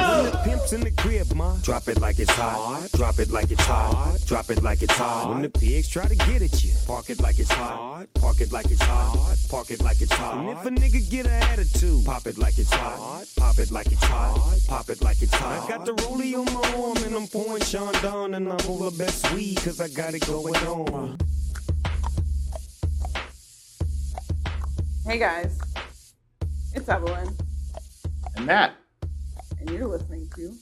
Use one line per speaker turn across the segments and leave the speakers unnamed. Pops in the crib, ma.
Drop it like it's hot. Drop it like it's hot. Drop it like it's hot.
When the pigs try to get at you.
Park it like it's hot. Park it like it's hot. Park it like it's
And if a
hot.
nigga get an attitude,
Pop it like it's hot. Pop it like it's hot. Pop it like it's hot.
I got the rollie on my arm and I'm pouring Sean Don and I'm all the best weed cause I got it going on.
Hey guys, it's Evelyn,
And Matt,
and you're listening to.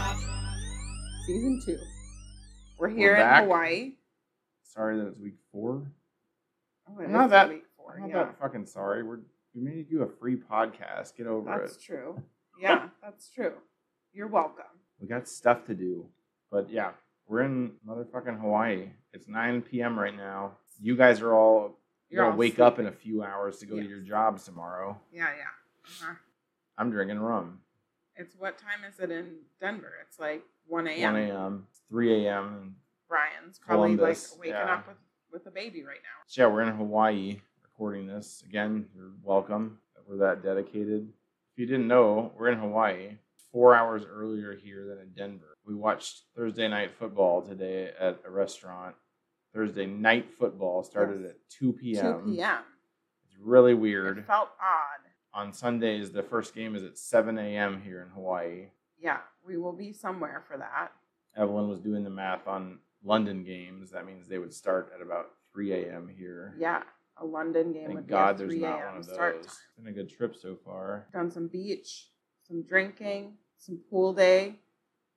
The Lemon Drop! Season 2. We're here
back.
in Hawaii.
sorry that it's week four.
Oh, it
Not
is
that-
week four,
I'm
yeah.
not fucking sorry. We're we made you a free podcast. Get over
That's
it.
true. Yeah, that's true. You're welcome.
We got stuff to do. But yeah, we're in motherfucking Hawaii. It's 9 p.m. right now. You guys are all
You're
you're gonna
all
wake up in a few hours to go to
Yes.
your jobs tomorrow.
Yeah, yeah. Uh-huh.
I'm drinking rum.
It's what time is it in Denver? It's like 1
1
a.m.
a.m., 3 a.m. and
Brian's probably
Columbus,
like waking
yeah.
up with, with a baby right now.
So yeah, we're in Hawaii recording this. Again, you're welcome. that We're that dedicated. If you didn't know, we're in Hawaii four hours earlier here than in Denver. We watched Thursday night football today at a restaurant. Thursday night football started
Yes.
at 2 p.m.
2 p.m.
It's really
It
weird.
felt odd.
On Sundays, the first game is at 7 a.m. here in Hawaii.
Yeah, we will be somewhere for that.
Evelyn was doing the math on London games. That means they would start at about 3 a.m. here.
Yeah, a London game
Thank
would
God
be a
there's
3
not
a.m.
one of those.
start time.
It's been a good trip so far.
Done some beach, some drinking, some pool day,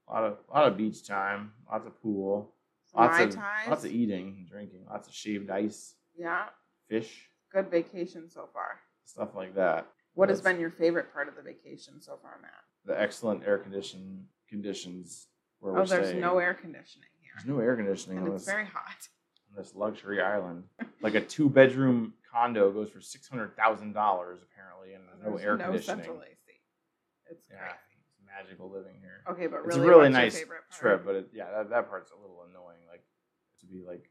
A lot of lot of beach time, lots of pool,
some
lots
mai
of
tais.
lots of e- eating and drinking, lots of shaved ice,
yeah,
fish,
good vacation so far.
stuff like that.
What has
That's-
been your favorite part of the vacation so far, Matt?
The excellent air condition conditions where
Oh,
we're
there's
staying.
no air conditioning
There's
here,
no air conditioning
and
on
it's
this,
very hot.
on this luxury island. Like a two bedroom condo goes for six hundred thousand dollars apparently, and there's no
There's
air
no
conditioning.
central AC. It's
yeah,
crazy.
it's magical living here.
Okay, but
it's
really,
a really
what's your
nice
favorite part?
trip, but it, yeah, that, that part's a little annoying. Like to be like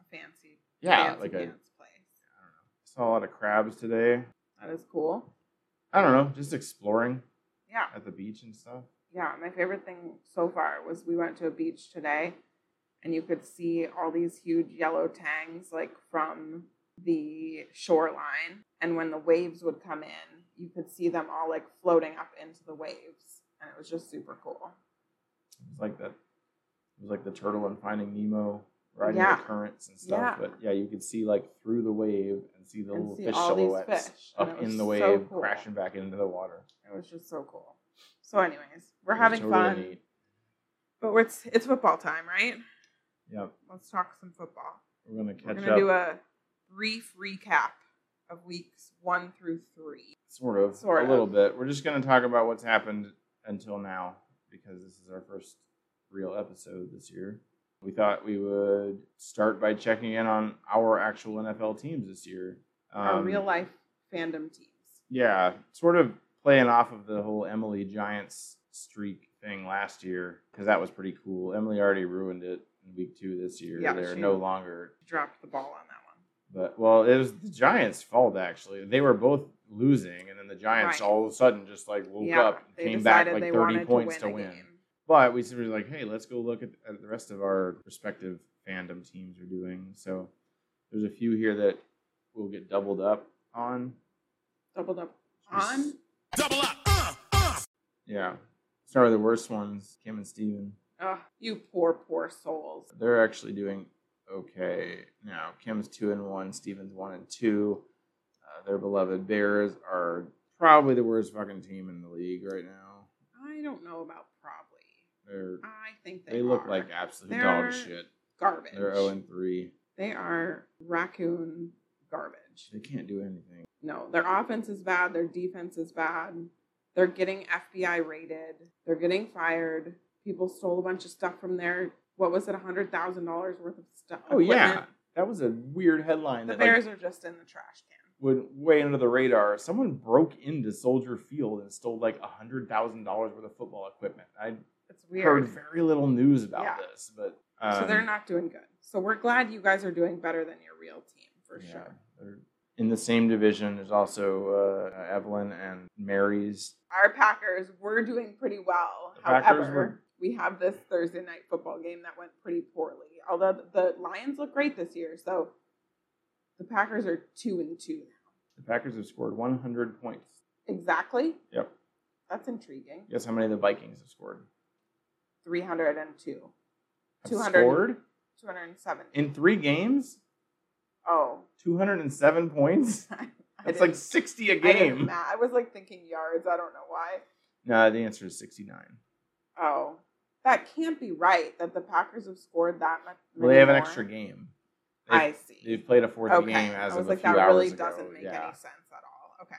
A fancy,
yeah,
fancy
like a
pants place.
I don't know. Saw a lot of crabs today.
That is cool.
I don't know, just exploring
Yeah.
at the beach and stuff.
Yeah, my favorite thing so far was we went to a beach today and you could see all these huge yellow tangs like from the shoreline. And when the waves would come in, you could see them all like floating up into the waves. And it was just super cool.
It was like that. It was like the turtle in Finding Nemo, riding
Yeah.
the currents and stuff.
Yeah.
But yeah, you could see like through the wave and see the
And
little
see
fish
all these
silhouettes
fish, and it
up
was
in the
so
wave,
cool.
crashing back into the water.
It was just so cool. So, anyways, we're
It was
having
totally
fun,
neat.
but we're, it's, it's football time, right?
Yep,
Let's talk some football.
we're gonna
We're
catch
going to
up.
do a brief recap of weeks one through three.
sort of,
Sort
a
of.
little bit. We're just gonna talk about what's happened until now because this is our first real episode this year. We thought we would start by checking in on our actual NFL teams this year.
Our
Um,
real life fandom teams.
Yeah, sort of playing off of the whole Emily Giants streak thing last year because that was pretty cool. Emily already ruined it in week two this year.
Yeah,
They're
she-
no longer.
dropped the ball on that one.
But well, it was the Giants' fault actually. They were both losing, and then the Giants
Right.
all of a sudden just like woke up, and
they
came back
decided
like
they
thirty
wanted
points to
to
win.
win. a game.
But we sort of like, hey, let's go look at, at the rest of our respective fandom teams are doing. So there's a few here that will get doubled up on.
Doubled up on.
Double up. Uh, uh.
Yeah. Sorry, the worst ones, Kim and Steven.
Ugh, you poor, poor souls.
They're actually doing okay now. Kim's two and one, Steven's one and two. Uh, their beloved Bears are probably the worst fucking team in the league right now.
I don't know about probably.
They're
I think they
they look
are
like absolute
They're
dog shit.
garbage.
They're 0 and 3.
They are raccoon garbage.
They can't do anything.
No, their offense is bad. Their defense is bad. They're getting FBI raided. They're getting fired. People stole a bunch of stuff from their. What was it? hundred thousand dollars worth of stuff.
Oh yeah. That was a weird headline
The
that like,
Bears are just in the trash can.
went way under the radar. Someone broke into Soldier Field and stole like hundred thousand dollars worth of football equipment. I
It's weird.
heard very little news about
Yeah.
this, but
so they're
um,
not doing good. So we're glad you guys are doing better than your real team for
yeah,
sure.
they're- In the same division, there's also uh, Evelyn and Mary's.
Our Packers were doing pretty well.
The Packers
However,
were-
we have this Thursday night football game that went pretty poorly. Although the Lions look great this year, so the Packers are two and two
The Packers have scored 100 points.
now. Exactly.
Yep.
That's intriguing.
Guess how many the Vikings have scored?
Three hundred and two.
Have
200.
scored
Two hundred and seven.
in three games.
Oh.
207 points.
I
That's like
didn't-
60 a
I didn't
game.
ma- I was like thinking yards. I don't know why.
No, the answer is 69.
Oh, that can't be right. That the Packers have scored that much.
Well, they have an extra game. They-
I see.
They've played a fourth
okay.
game as
I was
of
like,
a few
that
hours
really
ago.
doesn't make
yeah.
any sense at all. Okay.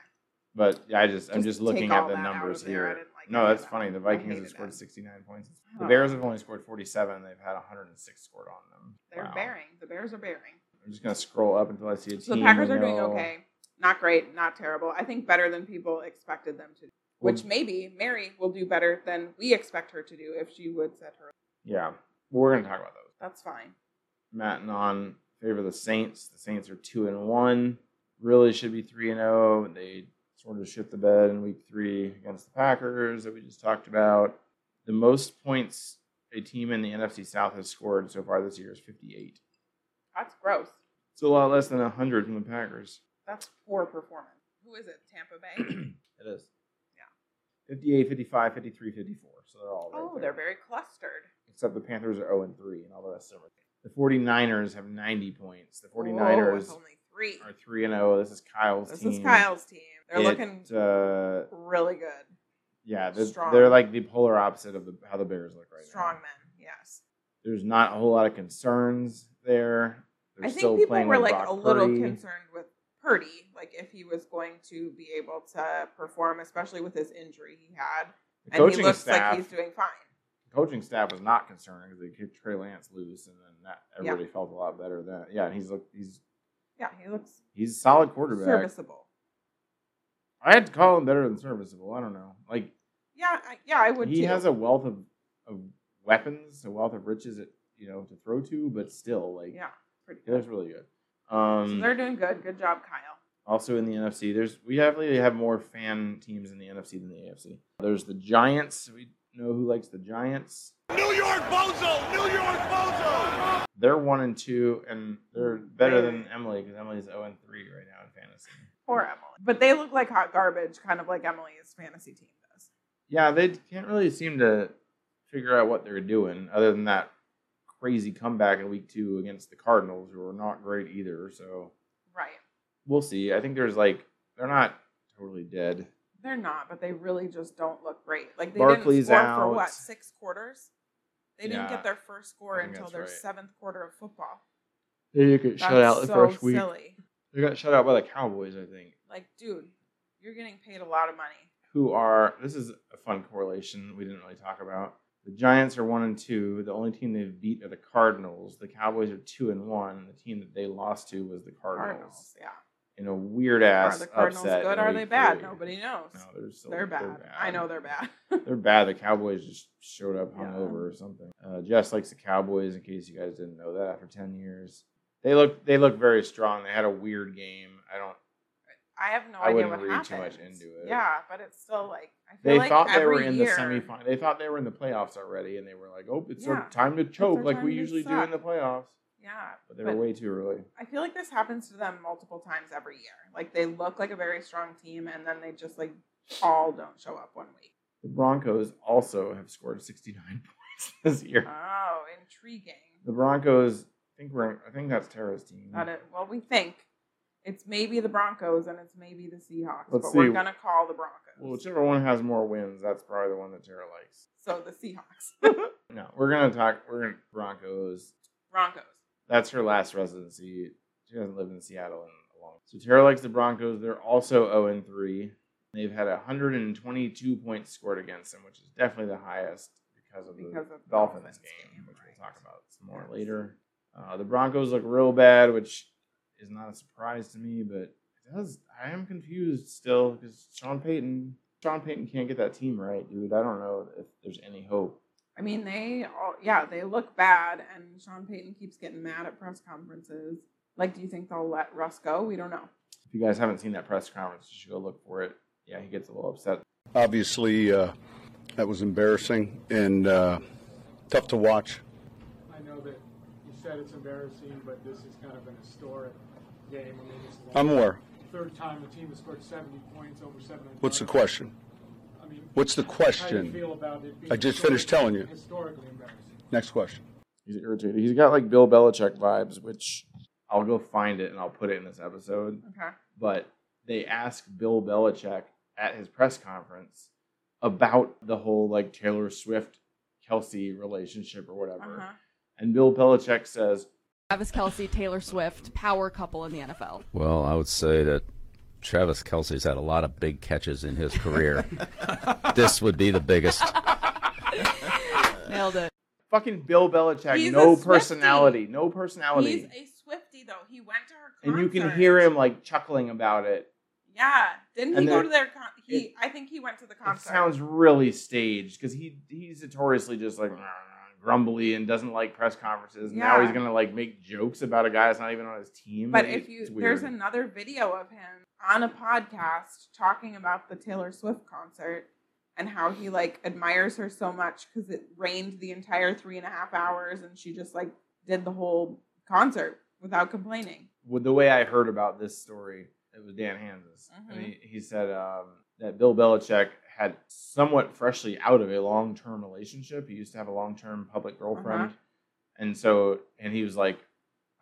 But yeah, I just I'm
Just
just
take
looking
all
at the
that out
numbers
of there. I
here.
didn't like
no,
any of
that's
that.
funny. The
I
Vikings
hated
have scored
it.
69 points. The
Oh.
Bears have only scored 47. They've had 106 scored on them.
They're
Wow.
bearing. The Bears are bearing.
I'm just gonna scroll up until I see a team.
So the Packers
we
are doing
know-
okay. Not great, not terrible. I think better than people expected them to do.
Well,
Which maybe Mary will do better than we expect her to do if she would set her.
yeah, we're gonna talk about those.
That's fine.
Matt and on favor the Saints. The Saints are two and one. Really should be three and zero. They sort of shit the bed in week three against the Packers that we just talked about. The most points a team in the NFC South has scored so far this year is fifty eight.
That's gross.
It's a lot less than hundred from the Packers.
That's poor performance. Who is it? Tampa Bay.
It is. Yeah. 58, 55, 53, 54. So they're all right
oh,
there.
they're very clustered.
Except the Panthers are 0 and 3 and all the rest of them are. The 49ers have 90 points. The
Whoa,
49ers
with only three.
are three and zero. This is Kyle's
This
team.
is Kyle's team. They're
It,
looking
Uh,
really good.
yeah, they're,
strong.
they're like the polar opposite of the, how the Bears look right
Strong
now.
men. Yes.
There's not a whole lot of concerns there. They're
I
still
think people
playing
were
with
like
Brock
a little
Purdy.
concerned with Purdy, like if he was going to be able to perform, especially with his injury he had.
The
And
coaching
he looks
staff,
like he's doing fine.
the coaching staff was not concerned because they kicked Trey Lance loose, and then that everybody felt a lot better. Then yeah, and he's look he's
Yeah, he looks
he's a solid quarterback.
serviceable.
I had to call him better than serviceable. I don't know, like
Yeah, I, yeah, I would
he
too.
has a wealth of, of weapons, a wealth of riches, that, you know, to throw to, but still, like,
yeah, pretty
he
good.
looks really good.
So
Um,
they're doing good. Good job, Kyle.
also in the NFC, there's we definitely have more fan teams in the NFC than the AFC. There's the Giants. We know who likes the Giants.
New York Bozo! New York Bozo!
They're one and two, and they're
Mm,
better than Emily because Emily's zero and three right now in fantasy.
Poor Emily. But they look like hot garbage, kind of like Emily's fantasy team does.
Yeah, they can't really seem to figure out what they're doing, other than that crazy comeback in week two against the Cardinals, who are not great either. So
Right.
we'll see. I think there's like they're not totally dead.
They're not, but they really just don't look great. Like they
Barkley's
didn't score
out.
for what six quarters. They didn't
Yeah.
get their first score
I think
until
that's
their
right.
seventh quarter of football.
They got
That's so silly.
They got shut out by the Cowboys, I think.
Like, dude, you're getting paid a lot of money.
Who are this is a fun correlation we didn't really talk about. The Giants are one and two. The only team they've beat are the Cardinals. The Cowboys are two and one. The team that they lost to was the Cardinals.
Cardinals, yeah.
In a weird ass
are the Cardinals
upset.
good?
in
Are
week
they bad?
three.
Nobody knows.
No, they're still
they're, bad. I know they're bad.
They're bad. The Cowboys just showed up
Yeah.
hungover or something. Uh, Jess likes the Cowboys. In case you guys didn't know that, after ten years, they look they look very strong. They had a weird game. I don't.
I have no
I
idea
wouldn't
what
read
happened.
too much into it.
Yeah, but it's still like I feel
They
like
thought they
every
were in
year,
the semifinal. They thought they were in the playoffs already, and they were like, "Oh, it's
Yeah.
our time to choke,
our
like
time
we
to
usually do
suck."
in the playoffs."
Yeah,
But they were way too early.
I feel like this happens to them multiple times every year. Like they look like a very strong team and then they just like all don't show up one week.
The Broncos also have scored 69 points this year.
Oh, intriguing.
The Broncos, I think we're, I think that's Tara's team.
That it, well, we think it's maybe the Broncos and it's maybe the Seahawks,
Let's
but we're
see.
gonna call the Broncos.
Well, whichever one has more wins, that's probably the one that Tara likes.
so the Seahawks,
No, we're gonna talk. We're gonna Broncos.
Broncos.
That's her last residency. She hasn't lived in Seattle in a long. So Tara likes the Broncos. They're also zero and three. They've had 122 points scored against them, which is definitely the highest because of
Because
the
of the
Dolphins,
Dolphins
game,
game,
which
right.
we'll talk about some more
Yes.
later. Uh, the Broncos look real bad, which is not a surprise to me, but it does. I am confused still because Sean Payton, Sean Payton can't get that team right, dude. I don't know if there's any hope.
I mean, they all yeah, they look bad, and Sean Payton keeps getting mad at press conferences. Like, do you think they'll let Russ go? We don't know.
If you guys haven't seen that press conference, you should go look for it. Yeah, he gets a little upset.
Obviously, uh, that was embarrassing and uh, tough to watch.
I know that you said it's embarrassing, but this is kind of an historic game. I mean, it's the
I'm aware.
third time the team has scored 70 points over seven. and
What's the
five.
question?
I mean,
What's the
how do you feel
question?
about it being
I just finished telling you.
Historically embarrassing.
Next question.
He's irritated. He's got like Bill Belichick vibes, which I'll go find it and I'll put it in this episode.
Okay.
But they ask Bill Belichick at his press conference about the whole like Taylor Swift Kelsey relationship or whatever.
Uh-huh.
And Bill Belichick says,
Travis Kelsey, Taylor Swift, power couple in the NFL.
Well, I would say that Travis Kelsey's had a lot of big catches in his career. this would be the biggest.
Nailed it.
fucking Bill Belichick,
He's a
no
Swiftie.
personality, no
He's
personality.
a Swifty though. He went to her
And
concert.
you can hear him like chuckling about it.
Yeah. Didn't he
And
go
there-
to their con- he
it-
I think he went to the
It
concert.
sounds really staged because he he's notoriously just like grumbly and doesn't like press conferences. And Now
Yeah.
he's gonna like make jokes about a guy that's not even on his team.
but
Like,
if you
it's
there's
weird.
another video of him on a podcast talking about the Taylor Swift concert and how he like admires her so much because it rained the entire three and a half hours and she just like did the whole concert without complaining.
with the way I heard about this story, it was Dan Hanses,
Mm-hmm.
and he, he said um, that Bill Belichick had somewhat freshly out of a long term relationship. He used to have a long term public girlfriend,
Uh-huh.
and so and he was like,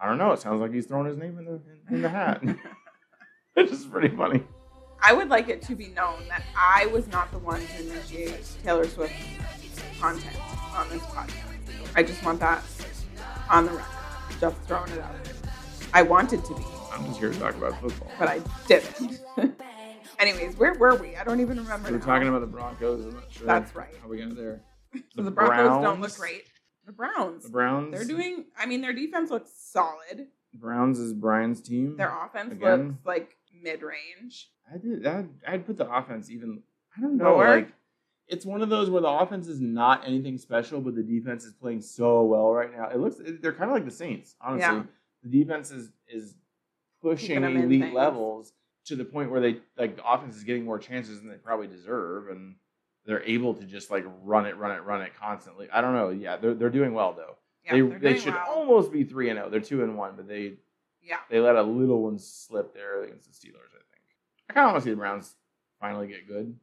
I don't know. It sounds like he's throwing his name in the in, in the hat. Which is pretty funny.
I would like it to be known that I was not the one to initiate Taylor Swift content on this podcast. I just want that on the record. Just throwing it out. there. I wanted to be,
I'm just here to talk about football.
but I didn't. Anyways, where were we? I don't even remember.
we were
now.
talking about the Broncos. I'm not sure.
That's right.
How we got there?
So the Broncos don't
Browns-
look great. The Browns.
The Browns.
They're doing. I mean, their defense looks solid.
Browns is Brian's team.
Their offense
Again?
looks like mid-range.
I did. I'd, I'd put the offense even. I don't know.
Lower?
Like, it's one of those where the offense is not anything special, but the defense is playing so well right now. It looks they're kind of like the Saints, honestly.
Yeah.
The defense is is pushing
Keeping 'em in
elite
things.
levels to the point where they like the offense is getting more chances than they probably deserve, and they're able to just like run it, run it, run it constantly. I don't know. Yeah, they're they're doing well though.
Yeah,
they
they're
they
doing
should
well.
almost be three and zero. They're two and one, but they
Yeah.
they let a little one slip there against the Steelers, I think. I kind of want to see the Browns finally get good.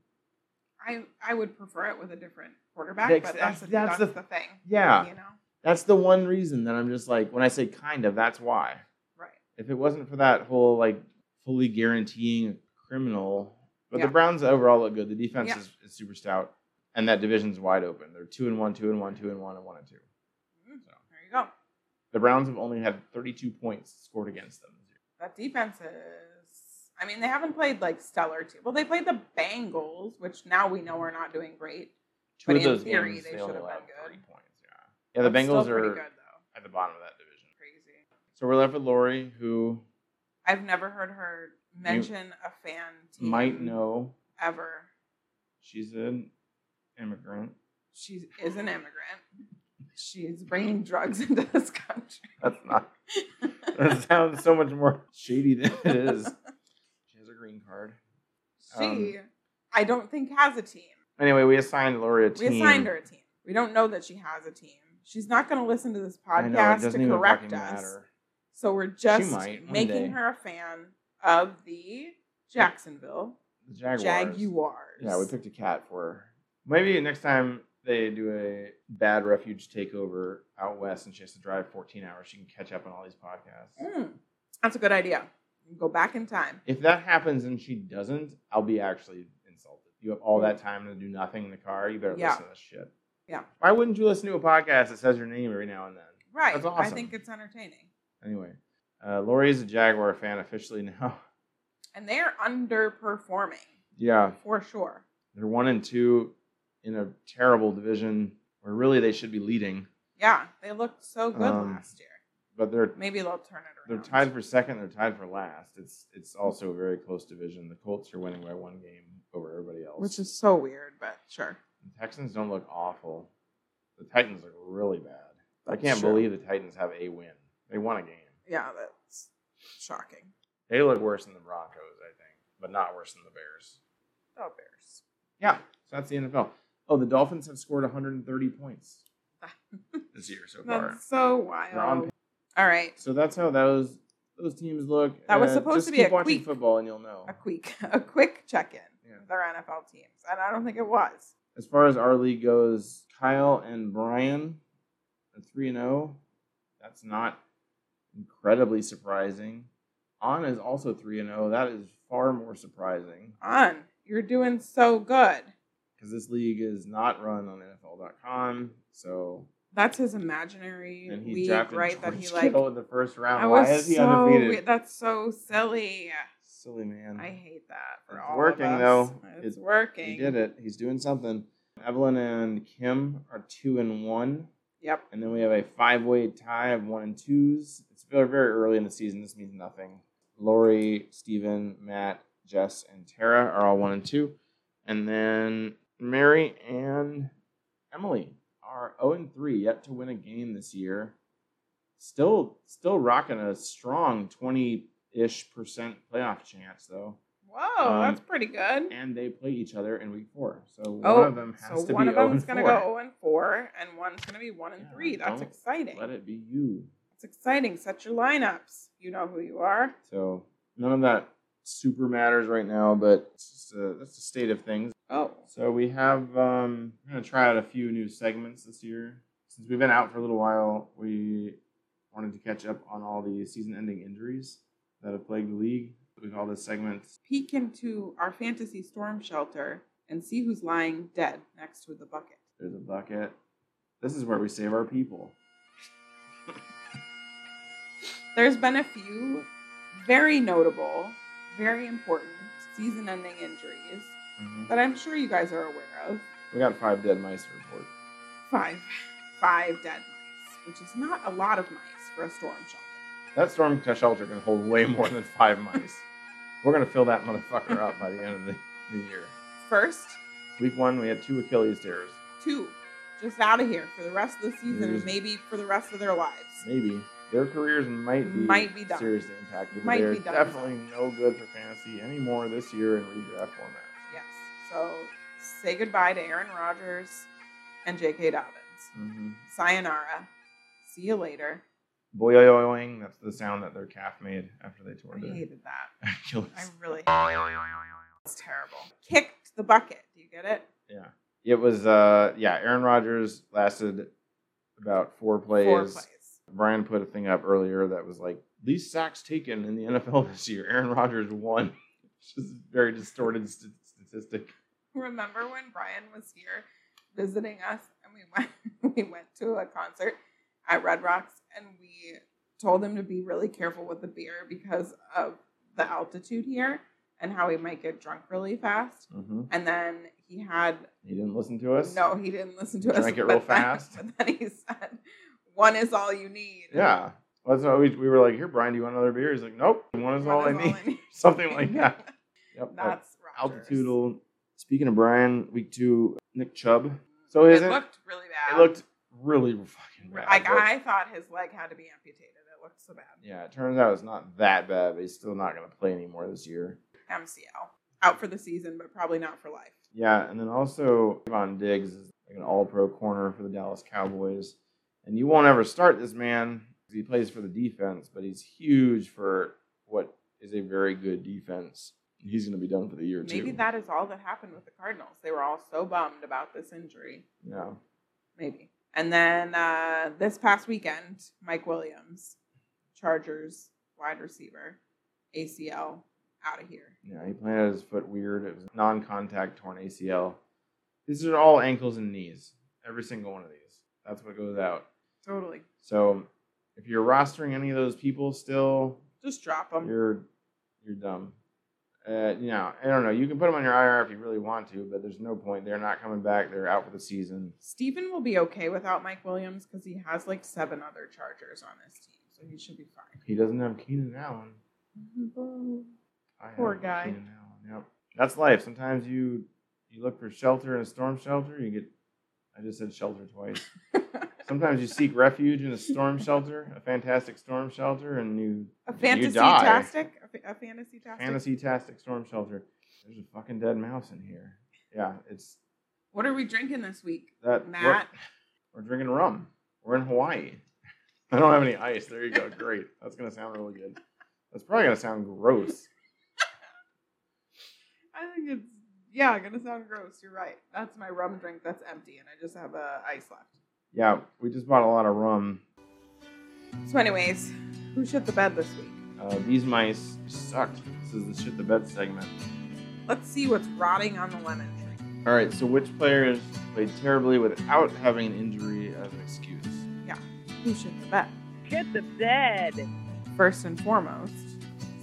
I I would prefer it with a different quarterback,
That's-
but that's
that's-
a,
that's
that's,
the-
the thing.
yeah.
You know.
That's the one reason that I'm just like, when I say kind of, that's why.
Right.
If it wasn't for that whole like fully guaranteeing a criminal, but
Yeah.
the Browns overall look good. The defense
Yeah.
is, is super stout, and that division's wide open. They're two and one, two and one, two and one, and one and two.
Mm,
So.
There you go.
The Browns have only had 32 points scored against them.
That defense is. I mean, they haven't played like stellar. Too. Well, they played the Bengals, which now we know are not doing great.
Two
But
of
in
those
theory,
games,
they
they,
should
only
have been
allowed
good.
three points. Yeah, yeah. The
That's
Bengals
still pretty
are
good though.
at the bottom of that division.
Crazy.
So we're left with Lori, who
I've never heard her mention a fan team
might know
ever.
she's an immigrant.
She is an immigrant. She's bringing drugs into this country.
That's not. That sounds so much more shady than it is. She has a green card.
She,
Um,
I don't think, has a team.
Anyway, we assigned Lori a
We
team.
assigned her a team. We don't know that she has a team. She's not going to listen to this
I know, it
podcast
doesn't
to
even
correct
fucking
us.
matter.
So we're just
might, one day.
making her a fan of the Jacksonville
The Jaguars.
Jaguars.
Yeah, we picked a cat for her. Maybe next time they do a bad refuge takeover out west and she has to drive 14 hours, she can catch up on all these podcasts.
Mm, that's a good idea. Go back in time.
If that happens and she doesn't, I'll be actually insulted. You have all that time to do nothing in the car. You better
Mm. Yeah.
listen to this shit.
Yeah.
Why wouldn't you listen to a podcast that says your name every now and then?
Right.
That's
I
awesome.
think it's entertaining.
Anyway, uh, Lori is a Jaguar fan officially now.
And they're underperforming
yeah,
for sure.
they're one and two in a terrible division where really they should be leading,
Yeah, they looked so good
Um,
last year.
but they're
Maybe they'll turn it
they're
around.
tied for second. They're tied for last. It's it's also a very close division. The Colts are winning by one game over everybody else.
which is so weird, but sure.
the Texans don't look awful. The Titans look really bad. I
That's
can't
true.
believe the Titans have a win. They won a game.
Yeah, that's shocking.
They look worse than the Broncos, I think, but not worse than the Bears.
Oh, Bears.
Yeah, so that's the NFL. Oh, the Dolphins have scored 130 points this year so far.
That's so
They're on
wild. All right.
So that's how those those teams look. Uh,
That was supposed
just
to be
keep
a
watching
quick-
football and you'll know.
A quick a quick check in
Yeah.
with our NFL teams. And I don't think it was.
As far as our league goes, Kyle and Brian are three and zero. That's not incredibly surprising. Anna is also three and zero. That is far more surprising
On. You're doing so good.
because this league is not run on NFL.com. So
That's his imaginary
and he
league,
drafted
right? That
George
he like
Kittle in the first round.
I
Why
was
is he
so
undefeated?
we- that's so silly.
Silly man.
I hate that. For
It's
all of
working,
us.
though.
It's
It-
working.
He did it. He's doing something. Evelyn and Kim are two and one.
Yep.
And then we have a five way tie of one and twos. It's very, very early in the season. This means nothing. Lori, Steven, Matt, Jess, and Tara are all one and two. And then Mary and Emily are 0 and 3, yet to win a game this year. Still still rocking a strong 20 ish percent playoff chance, though.
Whoa,
Um,
that's pretty good.
And they play each other in week four. So one
Oh,
of them has
so
to
one
be
of
0
them's
and
gonna
4.
go 0 and 4, and one's gonna be 1 and
Yeah,
3. That's
don't
exciting.
Let it be you.
It's exciting. Set your lineups. You know who you are.
So none of that super matters right now, but it's just a, that's the state of things.
Oh,
So we have um, we're gonna try out a few new segments this year. Since we've been out for a little while, we wanted to catch up on all the season-ending injuries that have plagued the league. We call this segment
peek into our fantasy storm shelter and see who's lying dead next to the bucket.
"There's a Bucket." This is where we save our people.
There's been a few very notable, very important season ending injuries that I'm sure you guys are aware of.
We got five dead mice to report.
Five. Five dead mice, which is not a lot of mice for a storm shelter.
That storm shelter can hold way more than five mice. We're gonna fill that motherfucker up by the end of the, the year.
First,
Week one, we had two Achilles tears.
two. Just out of here for the rest of the season
There's-
and maybe for the rest of their lives.
Maybe their careers might be
Might be done.
seriously impacted.
Might
They're
be done.
definitely no good for fantasy anymore this year in redraft formats.
Yes. So say goodbye to Aaron Rodgers and J.K. Dobbins.
Mm-hmm.
Sayonara. See you later.
Boyoing, that's the sound that their calf made after they tore
I
their
hated that.
Achilles.
I really It's terrible. Kicked the bucket. Do you get it?
Yeah, it was. Uh, yeah, Aaron Rodgers lasted about four plays.
Four plays.
Brian put a thing up earlier that was like least sacks taken in the NFL this year. Aaron Rodgers won, which is a very distorted st- statistic.
Remember when Brian was here visiting us and we went we went to a concert at Red Rocks and we told him to be really careful with the beer because of the altitude here and how he might get drunk really fast.
Mm-hmm.
And then he had
He didn't listen to us.
no, he didn't listen to
Drank
us.
it real
but then-
fast.
But then he said, "One is all you need."
Yeah. Well, That's why we, we were like, here, Brian, do you want another beer? He's like, nope, one is
One
all I need. Something like that. Yep.
That's Rodgers.
altitudinal. Speaking of Brian, week two, Nick Chubb. So is
it
it?
looked really bad.
it looked really fucking bad.
like
but-
I thought his leg had to be amputated. It looked so bad.
Yeah, it turns out it's not that bad, but he's still not going to play anymore this year.
MCL out for the season, but probably not for life.
Yeah, and then also Javon Diggs is like an all-pro corner for the Dallas Cowboys, and you won't ever start this man. 'cause He plays for the defense, but he's huge for what is a very good defense. He's going to be done for the year too.
Maybe that is all that happened with the Cardinals. They were all so bummed about this injury.
Yeah,
Maybe. And then uh, this past weekend, Mike Williams, Chargers wide receiver, ACL out of here.
yeah. He planted his foot weird. It was non-contact torn ACL. These are all ankles and knees. Every single one of these. That's what goes out.
Totally.
So if you're rostering any of those people still,
Just drop him.
You're you're dumb. Uh, you know, I don't know. You can put them on your IR if you really want to, but there's no point. They're not coming back. They're out for the season.
Stephen will be okay without Mike Williams because he has like seven other Chargers on this team, so he should be fine.
He doesn't have Keenan Allen. I have
Poor guy.
Keenan Allen. Yep. That's life. Sometimes you you look for shelter in a storm shelter. You get I just said shelter twice. Sometimes you seek refuge in a storm shelter, a fantastic storm shelter, and you
A
you
fantasy
die.
tastic? A, fa- a fantasy tastic?
fantasy tastic storm shelter. There's a fucking dead mouse in here. Yeah, it's
What are we drinking this week,
that
Matt?
We're, we're drinking rum. We're in Hawaii. I don't have any ice. There you go. Great. That's gonna sound really good. That's probably gonna sound gross.
I think it's yeah, gonna sound gross. You're right. That's my rum drink that's empty, and I just have uh, ice left.
Yeah, we just bought a lot of rum.
So, anyways, who shit the bed this week?
Uh, these mice sucked. This is the shit the bed segment.
Let's see what's rotting on the lemon tree.
All right. So which players played terribly without having an injury as an excuse?
Who shit the bed?
Get the bed.
First and foremost,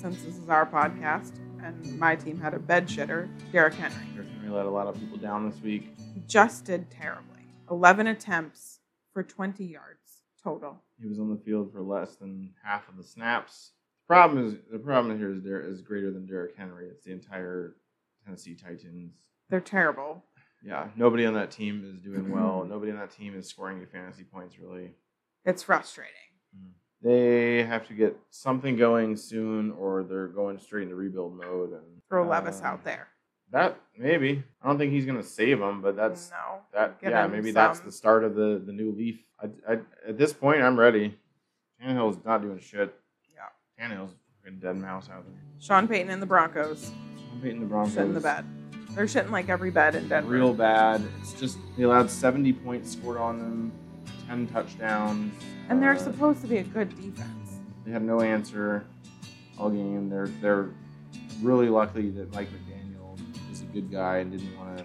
since this is our podcast and my team had a bed shitter, Derrick Henry.
Derrick Henry let a lot of people down this week.
He just did terribly. 11 attempts for 20 yards total.
He was on the field for less than half of the snaps. The problem is the problem here is there is greater than Derrick Henry. It's the entire Tennessee Titans.
They're terrible.
Yeah, nobody on that team is doing well. Nobody on that team is scoring any fantasy points really.
It's frustrating.
They have to get something going soon, or they're going straight into rebuild mode. And
Throw Levis
uh,
out there.
That maybe I don't think he's gonna save them, but that's
no.
that.
Give
yeah,
him
maybe that's
some.
the start of the the new leaf. I, I, at this point, I'm ready. Tannehill's not doing shit.
Yeah.
Tannehill's a fucking dead mouse out there.
Sean Payton and the Broncos
I'm beating the Broncos.
shitting the bed. They're shitting like every bed in Denver.
Real bad. It's just they allowed 70 points scored on them, 10 touchdowns.
and they're
Uh,
supposed to be a good defense.
They had no answer all game. They're they're really lucky that Mike McDaniel is a good guy and didn't want to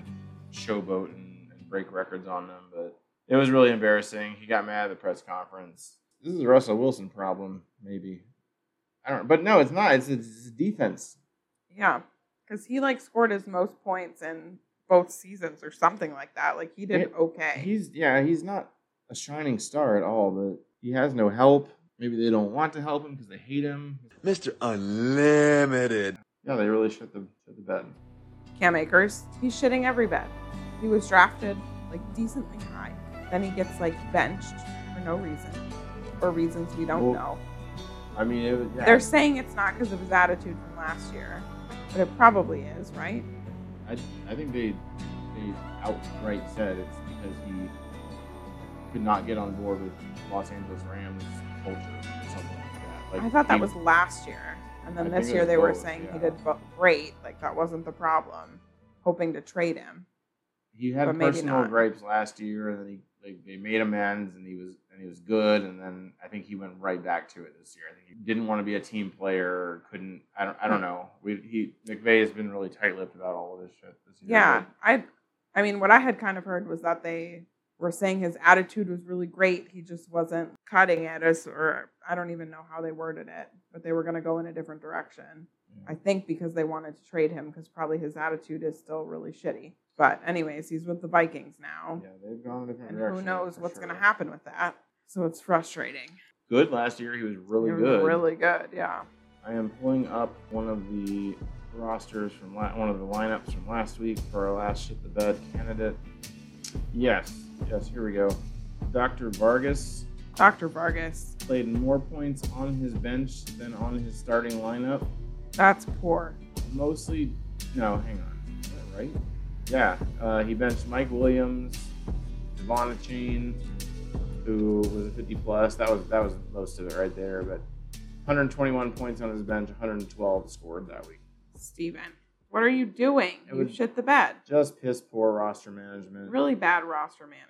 showboat and, and break records on them. But it was really embarrassing. He got mad at the press conference. This is a Russell Wilson problem, maybe. I don't. But no, it's not. It's it's defense.
Yeah, because he like scored his most points in both seasons or something like that. Like he did
It-
okay.
He's yeah, he's not a shining star at all. But he has no help. Maybe they don't want to help him because they hate him.
Mr. Unlimited.
Yeah, they really shit the shit the bed.
Cam Akers, he's shitting every bed. He was drafted like decently high. Then he gets like benched for no reason or reasons we don't
Well,
know.
I mean, it, was- yeah,
They're saying it's not because of his attitude from last year, but it probably is, right?
I, I think they they outright said it's because he could not get on board with Los Angeles Rams culture or something like that. Like
I thought that
he-
was last year. And
I
then
think
this
it
year
was
they were
both,
saying he
yeah.
did bo- great. Like that wasn't the problem. Hoping to trade him.
he had
but maybe
personal
not.
gripes last year, and then he like they made amends, and he was and he was good, and then I think he went right back to it this year. I think he didn't want to be a team player, couldn't. I don't. I don't know. We he McVay has been really tight lipped about all of this shit this year.
Yeah,
but
I, I mean, what I had kind of heard was that they were saying his attitude was really great. He just wasn't cutting at us, or I don't even know how they worded it, but they were going to go in a different direction.
Mm.
I think because they wanted to trade him, because probably his attitude is still really shitty. But anyways, he's with the Vikings now,
yeah, they've gone a different
and
direction.
who knows
for
what's going
sure.
to happen with that. So it's frustrating.
Good last year, he was really
They're
good.
Really good. Yeah.
I am pulling up one of the rosters from la- one of the lineups from last week for our last shit the bed candidate. Yes, yes, here we go. Dr. Vargas
Dr. Vargas,
played more points on his bench than on his starting lineup.
that's poor.
Mostly, no, hang on, is that right? Yeah, uh, he benched Mike Williams, Devon Chain, who was a 50 plus. That was that was most of it right there. But 121 points on his bench, 112 scored that week.
Steven, what are you doing?
It
You
was-
shit the bed.
just piss poor roster management.
really bad roster management.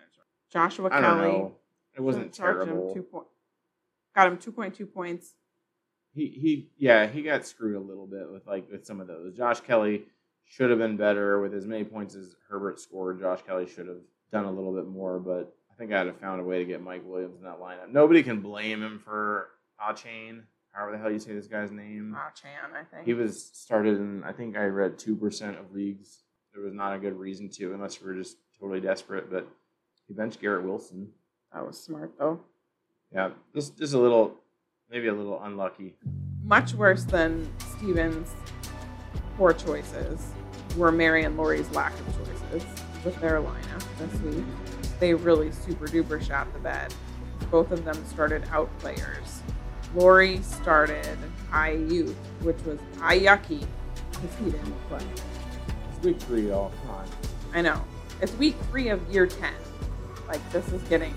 Joshua
I don't
Kelly
know. It wasn't
charged him
terrible.
two point, got him two point two points.
he he yeah he got screwed a little bit with like with some of those. Josh Kelly should have been better with as many points as Herbert scored. Josh Kelly should have done a little bit more, but I think I'd have found a way to get Mike Williams in that lineup. Nobody can blame him for Achane, however the hell you say this guy's name.
Ah, Chan, I think
He was started in I think I read two percent of leagues. There was not a good reason to unless we were just totally desperate. But he benched Garrett Wilson.
that was smart though.
Yeah, just just a little, maybe a little unlucky.
Much worse than Steven's poor choices were Mary and Lori's lack of choices with their lineup this week. they really super duper shot the bed. Both of them started out players. Lori started IU, which was Ayaki, because he didn't play.
It's week three, y'all. Come on.
I know. It's week three of year 10. Like, this is getting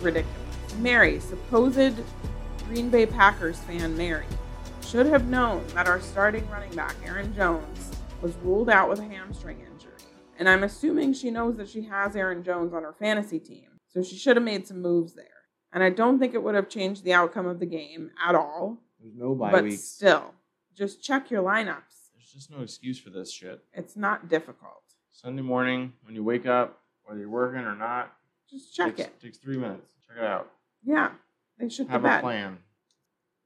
ridiculous. Mary, supposed Green Bay Packers fan Mary, should have known that our starting running back, Aaron Jones, was ruled out with a hamstring injury. And I'm assuming she knows that she has Aaron Jones on her fantasy team. So she should have made some moves there. And I don't think it would have changed the outcome of the game at all.
There's no bye
But
weeks.
still, just check your lineups.
There's just no excuse for this shit.
It's not difficult.
Sunday morning, when you wake up, whether you're working or not,
Just check
takes,
it.
takes three minutes. Check it out.
Yeah, they should
Have
the
a
bed.
plan.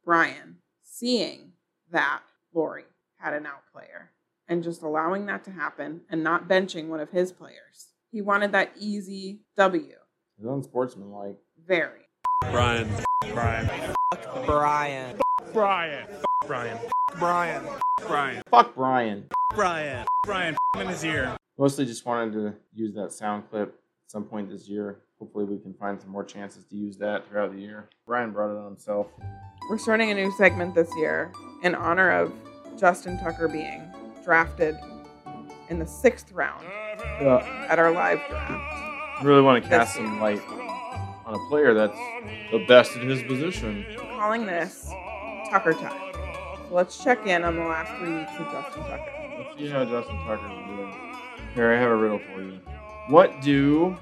Brian, seeing that Lori had an out player and just allowing that to happen and not benching one of his players. He wanted that easy W.
It's unsportsmanlike.
Very.
Brian. Brian.
Brian.
Brian. Brian. Brian. Brian.
Fuck Brian.
Brian. Brian. in his ear.
Mostly just wanted to use that sound clip at some point this year. Hopefully, we can find some more chances to use that throughout the year. Brian brought it on himself.
We're starting a new segment this year in honor of Justin Tucker being drafted in the sixth round
Yeah.
at our live draft.
Really want to cast some light on a player that's the best at his position.
Calling this Tucker time. So let's check in on the last three weeks of Justin Tucker.
Let's see how Justin Tucker's doing. Here, I have a riddle for you. What do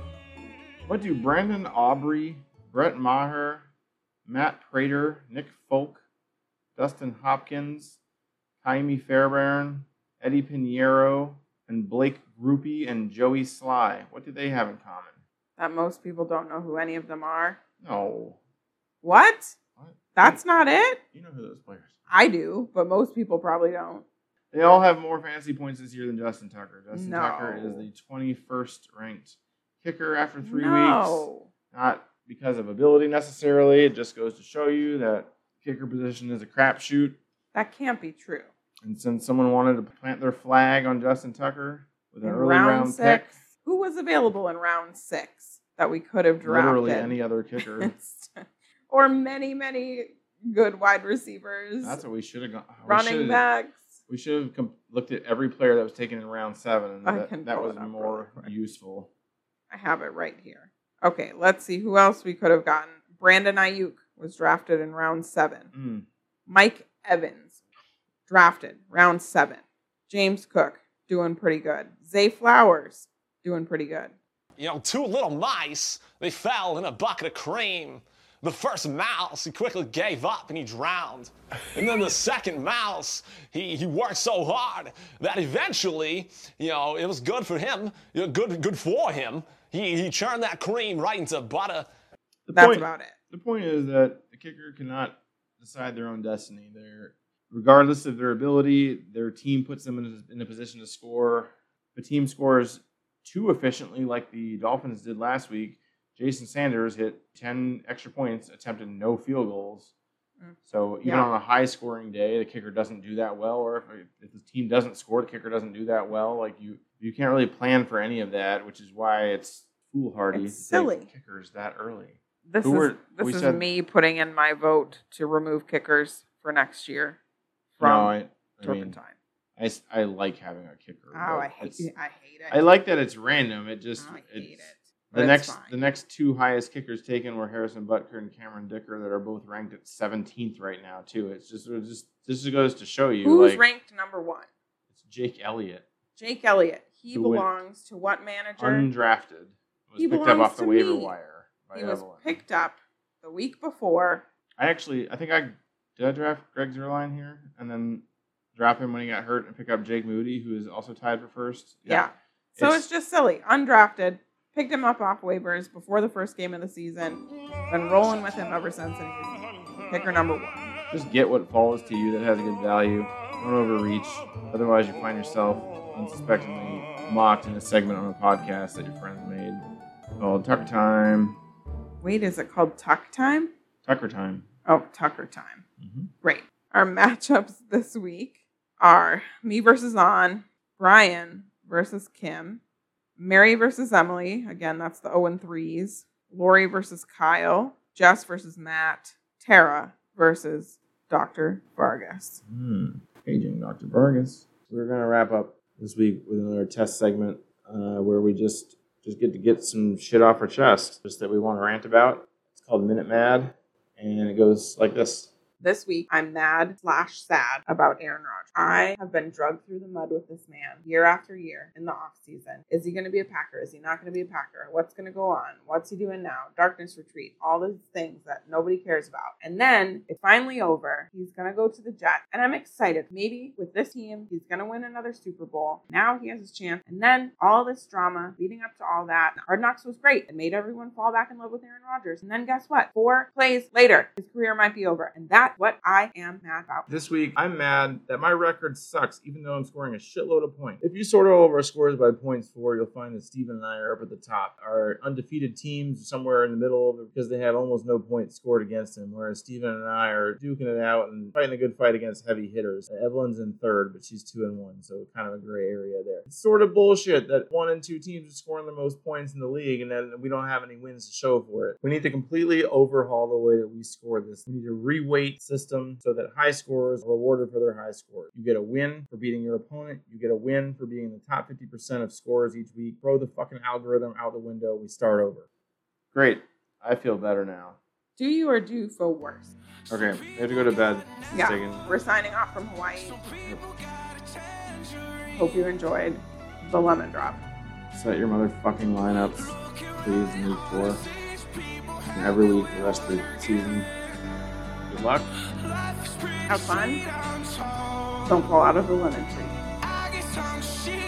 what do Brandon Aubrey, Brett Maher, Matt Prater, Nick Folk, Dustin Hopkins, Jaime Fairbairn, Eddie Pinheiro, and Blake Groupie and Joey Sly, what do they have in common?
That most people don't know who any of them are.
No.
What?
What?
That's not it?
You know who those players are.
I do, but most people probably don't.
They all have more fantasy points this year than Justin Tucker. Justin
No.
Tucker is the 21st ranked kicker after three weeks.
no.
not because of ability necessarily. It just goes to show you that kicker position is a crapshoot.
That can't be true.
And since someone wanted to plant their flag on Justin Tucker with an
In
early round, pick,
who was available in round six that we could have drafted?
literally any other kicker,
or many, many good wide receivers,
that's what we should have gone.
running
we back.
backs.
We should have com- looked at every player that was taken in round seven, and
I
that,
can
that
pull
was
it up
more useful.
I have it right here. Okay, let's see who else we could have gotten. Brandon Ayuk was drafted in round seven.
Mm.
Mike Evans, drafted round seven. James Cook, doing pretty good. Zay Flowers, doing pretty good.
You know, two little mice, they fell in a bucket of cream. The first mouse, he quickly gave up and he drowned. And then the second mouse, he, he worked so hard that eventually, you know, it was good for him, you know, good, good for him. He, he churned that cream right into butter.
That's
point-
about it.
The point is that the kicker cannot decide their own destiny. They're, regardless of their ability, their team puts them in a, in a position to score. If a team scores too efficiently, like the Dolphins did last week, Jason Sanders hit 10 extra points, attempted no field goals.
Mm.
So even
Yeah.
on a high scoring day, the kicker doesn't do that well, or if, if the team doesn't score, the kicker doesn't do that well. Like you, you can't really plan for any of that, which is why it's foolhardy
It's
to take
silly.
kickers that early.
This
Who
is
were-
this
we
is
said-
me putting in my vote to remove kickers for next year
No,
from
I, I mean,
Turpentine.
I, s- I like having a kicker.
oh,
but
I hate
it's-
it. I hate it.
I like that it's random. It just
I
it's,
hate it. But
the
it's
next
fine.
the next two highest kickers taken were Harrison Butker and Cameron Dicker that are both ranked at 17th right now too. It's just it just this just goes to show you
Who's
like
ranked number one?
it's Jake Elliott
Jake Elliott. He
Who went
belongs to what manager?
undrafted was
He
picked up
belongs
off the
to
waiver
me.
wire by
he was
Evelyn.
picked up the week before.
I actually I think I did I draft Greg Zerline here and then drop him when he got hurt and pick up Jake Moody who is also tied for first.
Yeah. So it's,
It's-
just silly. Undrafted. Picked him up off waivers before the first game of the season. Been rolling with him ever since, and he's kicker number one.
Just get what falls to you that has a good value. Don't overreach. Otherwise, you find yourself unsuspectingly mocked in a segment on a podcast that your friends made called Tucker Time.
Wait, is it called Tuck Time?
Tucker Time.
Oh, Tucker Time.
Mhm.
Great. Our matchups this week are me versus On, Brian versus Kim, Mary versus Emily. Again, that's the 0 and 3s. Lori versus Kyle. Jess versus Matt. Tara versus Dr. Vargas.
Hmm. Aging Dr. Vargas. We're gonna wrap up this week with another test segment uh, where we just just get to get some shit off our chest, just that we want to rant about. It's called Minute Mad, and it goes like this.
This week, I'm mad slash sad about Aaron Rodgers. I have been drugged through the mud with this man year after year in the off season. Is he going to be a Packer? Is he not going to be a Packer? What's going to go on? What's he doing now? Darkness Retreat, all those things that nobody cares about. And then it's finally over. He's going to go to the Jets. And I'm excited. Maybe with this team, he's going to win another Super Bowl. Now he has his chance. And then all this drama leading up to all that. Hard Knocks was great. It made everyone fall back in love with Aaron Rodgers. And then guess what? Four plays later, his career might be over. And that's what I am mad about.
This week, I'm mad that my record sucks, even though I'm scoring a shitload of points. If you sort all of our scores by points for, you'll find that Steven and I are up at the top. Our undefeated teams somewhere in the middle of it because they had almost no points scored against them, whereas Steven and I are duking it out and fighting a good fight against heavy hitters. Evelyn's in third, but she's two and one, so kind of a gray area there. It's sort of bullshit that one and two teams are scoring the most points in the league and then we don't have any wins to show for it. We need to completely overhaul the way that we score this. We need to reweight system so that high scorers are rewarded for their high score. You get a win for beating your opponent. You get a win for being in the top 50% of scores each week. Throw the fucking algorithm out the window. We start over. Great. I feel better now.
Do you or do you feel worse?
Okay, I have to go to bed.
Yeah.
Taking-
We're signing off from Hawaii. Hope you enjoyed the lemon drop.
Set your motherfucking lineups, please, in week four. And every week the rest of the season. Good luck.
Have fun. Don't fall out of the lemon tree.
I get some shit.